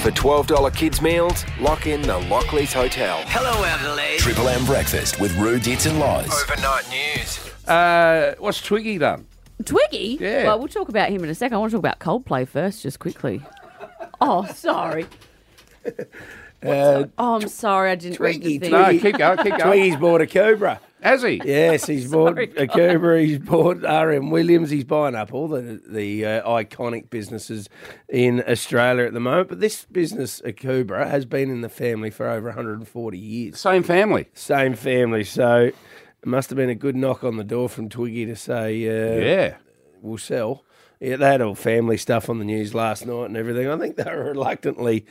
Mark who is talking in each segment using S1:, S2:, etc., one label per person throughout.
S1: For $12 kids' meals, lock in the Lockleys Hotel.
S2: Hello, Adelaide.
S3: Triple M breakfast with Rue, Dits and Lies.
S2: Overnight news.
S4: Uh, what's Twiggy done?
S5: Twiggy?
S4: Yeah.
S5: Well, we'll talk about him in a second. I want to talk about Coldplay first, just quickly. Oh, sorry.
S4: Uh,
S5: oh, I'm sorry. I didn't
S6: Twiggy,
S5: read the thing.
S4: No, keep going, keep going.
S6: Twiggy's bought a Cobra.
S4: Has he?
S6: Yes, he's bought
S5: Sorry,
S6: a
S5: guys.
S6: Cobra. He's bought RM Williams. He's buying up all the the uh, iconic businesses in Australia at the moment. But this business, a Cobra, has been in the family for over 140 years.
S4: Same family.
S6: Same family, so it must have been a good knock on the door from Twiggy to say, uh,
S4: Yeah.
S6: will sell. Yeah, they had all family stuff on the news last night and everything. I think they reluctantly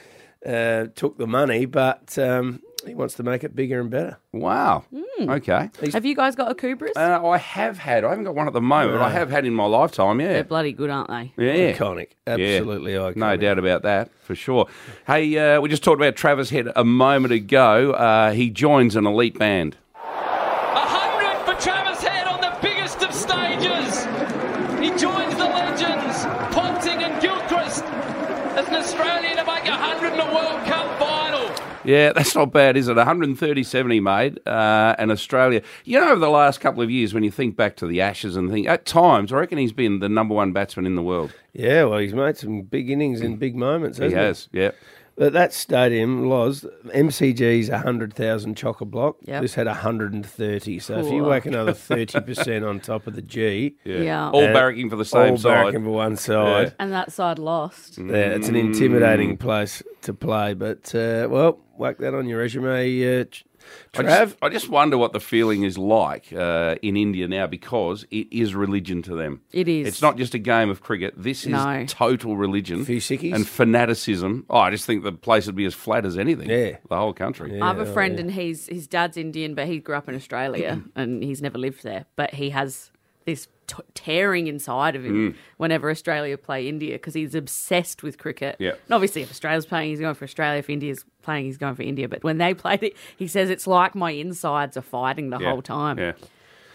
S6: uh, took the money, but um, he wants to make it bigger and better.
S4: Wow. Okay.
S5: Have you guys got a Cobras?
S4: Uh, I have had. I haven't got one at the moment. but I have had in my lifetime. Yeah.
S5: They're bloody good, aren't they?
S4: Yeah.
S6: Iconic,
S4: Yeah.
S6: absolutely iconic.
S4: No doubt about that, for sure. Hey, uh, we just talked about Travis Head a moment ago. Uh, he joins an elite band.
S7: 100 for Travis Head on the biggest of stages. He joins the legends, Ponting and Gilchrist, as an Australian to make 100 in the World Cup final.
S4: Yeah, that's not bad, is it? 137 he made, uh, and Australia. You know, over the last couple of years, when you think back to the Ashes and think, at times, I reckon he's been the number one batsman in the world.
S6: Yeah, well, he's made some big innings in big moments.
S4: He
S6: Hasn't
S4: has, yeah.
S6: But that stadium, Loz, MCG's 100,000 chock a block.
S5: Yep.
S6: This had 130. So if you
S5: Cool.
S6: whack another 30% on top of the G,
S4: Yeah. Oh.
S5: Yeah.
S4: All
S6: Uh,
S4: barracking for the same
S6: all
S4: side.
S6: barracking for one side.
S5: And that side lost.
S6: Yeah, it's an intimidating
S4: Mm.
S6: place to play, but uh, well, whack that on your resume, uh, Ch-
S4: I
S6: Trav.
S4: just, I just wonder what the feeling is like uh, in India now because it is religion to them.
S5: It is.
S4: It's not just a game of cricket. This is
S5: No.
S4: total religion.
S6: Few sickies.
S4: And fanaticism. Oh, I just think the place would be as flat as anything.
S6: Yeah.
S4: The whole country.
S5: I have a friend, and he's his dad's Indian, but he grew up in Australia and he's never lived there. But he has this t- tearing inside of
S4: Mm.
S5: him whenever Australia play India because he's obsessed with cricket.
S4: Yeah.
S5: And obviously, if Australia's playing, he's going for Australia. If India's playing, he's going for India. But when they played it, he says it's like my insides are fighting the
S4: Yeah.
S5: whole time.
S4: Yeah.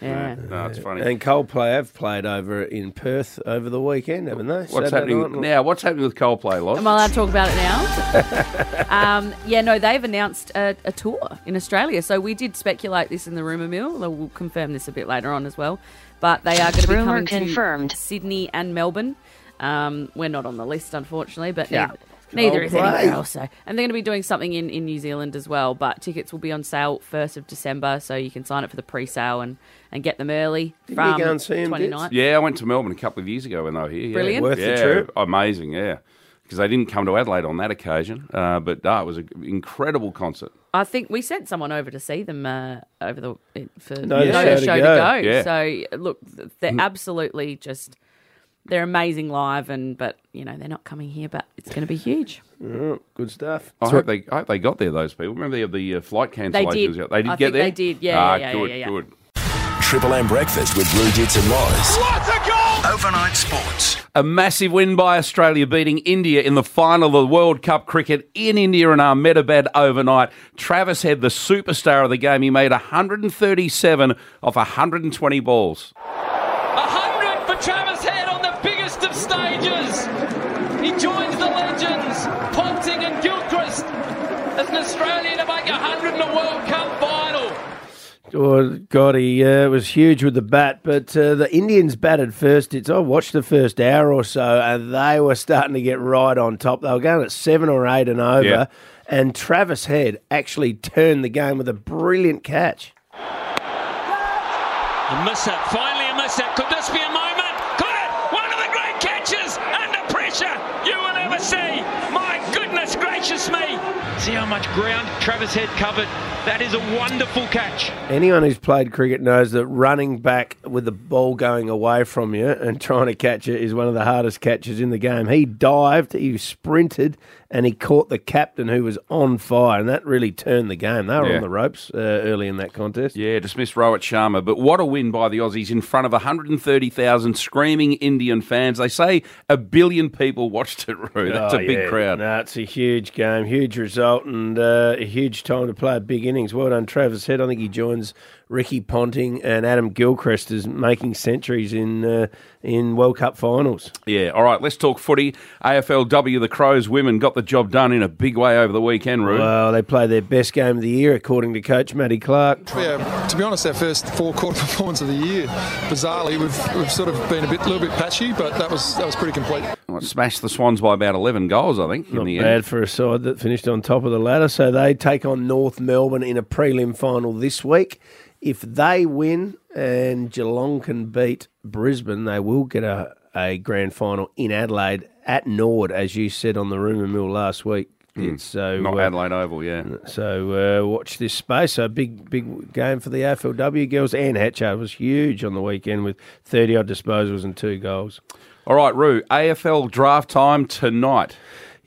S5: Yeah.
S4: No, it's funny.
S6: and Coldplay have played over in Perth over the weekend, haven't they?
S4: What's
S6: Saturday
S4: happening
S6: night.
S4: now? What's happening with Coldplay, Loz?
S5: Am I allowed to talk about it now? um, yeah, no, they've announced a, a tour in Australia. So we did speculate this in the rumour mill. though We'll confirm this a bit later on as well. But they are going to be
S8: Rumour
S5: coming
S8: confirmed.
S5: to Sydney and Melbourne. Um, we're not on the list, unfortunately, but
S6: Yeah.
S5: neither, neither is
S6: Coldplay.
S5: anywhere else. So. And they're going to be doing something in, in New Zealand as well. But tickets will be on sale 1st of December, so you can sign up for the pre-sale and, and get them early
S6: Didn't you
S5: from
S6: go and see 'em, Dids?
S5: 29th.
S4: Yeah, I went to Melbourne a couple of years ago when they were here. Yeah.
S5: Brilliant. Worth
S6: the
S4: yeah,
S6: trip?
S4: Amazing, yeah. Because they didn't come to Adelaide on that occasion, uh, but uh, it was an incredible concert.
S5: I think we sent someone over to see them uh, over the for
S6: Notice show
S5: notice
S6: to
S5: show to
S6: go.
S5: go.
S4: Yeah.
S5: So look, th- they're absolutely just they're amazing live, and but you know they're not coming here, but it's going to be huge.
S6: Oh, good stuff.
S4: I hope they I hope they got there. Those people. Remember they had the uh, flight
S5: They
S4: cancellations.
S5: did.
S4: out. They did
S5: I
S4: get
S5: think
S4: there.
S5: They did. Yeah.
S4: ah,
S5: yeah, yeah,
S4: good.
S5: yeah, yeah.
S4: Good.
S3: Triple M breakfast with Rue, Dits and Lies.
S2: Overnight sports.
S4: A massive win by Australia beating India in the final of the World Cup cricket in India in Ahmedabad overnight. Travis Head, the superstar of the game, he made 137 off 120 balls.
S7: 100 for Travis Head on the biggest of stages. He joins the legends, Ponting and Gilchrist, as an Australian to make 100 in the World Cup final.
S6: Oh, God, he uh, was huge with the bat, but uh, the Indians batted first. It's I watched the first hour or so, and they were starting to get right on top. They were going at seven or eight and over,
S4: Yeah.
S6: and Travis Head actually turned the game with a brilliant catch.
S7: A miss up, finally a miss up. Could this be a moment? Got it! One of the great catches under pressure you will ever see. My goodness gracious me. See how much ground Travis Head covered. That is a wonderful catch.
S6: Anyone who's played cricket knows that running back with the ball going away from you and trying to catch it is one of the hardest catches in the game. He dived, he sprinted, and he caught the captain who was on fire, and that really turned the game. They were
S4: Yeah.
S6: on the ropes uh, early in that contest.
S4: Yeah, dismissed Rohit Sharma. But what a win by the Aussies in front of 130,000 screaming Indian fans. They say a billion people watched it, Roo. That's
S6: Oh,
S4: a big
S6: yeah.
S4: crowd.
S6: No, it's a huge game, huge result, and uh, a huge time to play a big innings. Well done, Travis Head. I think he joins Ricky Ponting and Adam Gilchrist as making centuries in uh, in World Cup finals.
S4: Yeah, all right, let's talk footy. AFLW, the Crows women got the job done in a big way over the weekend, Rue.
S6: Well, uh, they played their best game of the year, according to coach Matty Clark.
S8: Yeah, to be honest, our first four-quarter performance of the year. Bizarrely, we've, we've sort of been a bit, little bit patchy, but that was that was pretty complete.
S4: Well, it smashed the Swans by about 11 goals, I think, in
S6: Not
S4: the
S6: bad
S4: end.
S6: for a side that finished on top of the ladder. So they take on North Melbourne in a prelim final this week. If they win and Geelong can beat Brisbane, they will get a, a grand final in Adelaide at Nord, as you said on the rumour mill last week. It's so
S4: Hmm. Not
S6: uh,
S4: Adelaide Oval, yeah.
S6: So uh, watch this space. So big, big game for the AFLW girls. Anne Hatchard was huge on the weekend with thirty odd disposals and two goals.
S4: All right, Rue, AFL draft time tonight.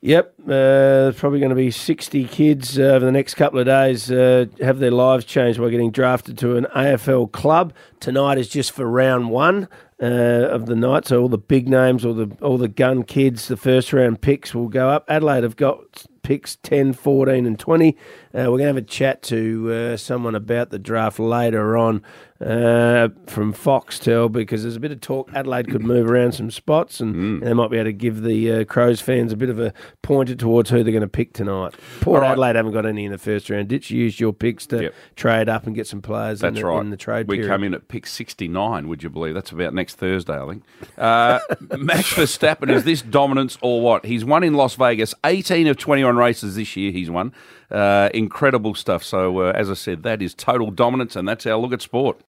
S6: Yep, uh, there's probably going to be 60 kids uh, over the next couple of days uh, have their lives changed by getting drafted to an AFL club. Tonight is just for round one uh, of the night, so all the big names, all the all the gun kids, the first round picks will go up. Adelaide have got picks 10, 14, and 20. Uh, we're going to have a chat to uh, someone about the draft later on uh, from Foxtel because there's a bit of talk Adelaide could move around some spots and,
S4: Mm.
S6: they might be able to give the uh, Crows fans a bit of a pointer towards who they're going to pick tonight. Poor
S4: All right.
S6: Adelaide haven't got any in the first round. Did you use your picks to
S4: Yep.
S6: trade up and get some players
S4: That's
S6: in, the,
S4: right.
S6: in the trade
S4: we
S6: period?
S4: come in at pick 69, would you believe? That's about next Thursday, I think. Uh, Max Verstappen, is this dominance or what? He's won in Las Vegas. 18 of 21 races this year he's won. Uh, incredible stuff. So, uh, as I said, that is total dominance, and that's our look at sport.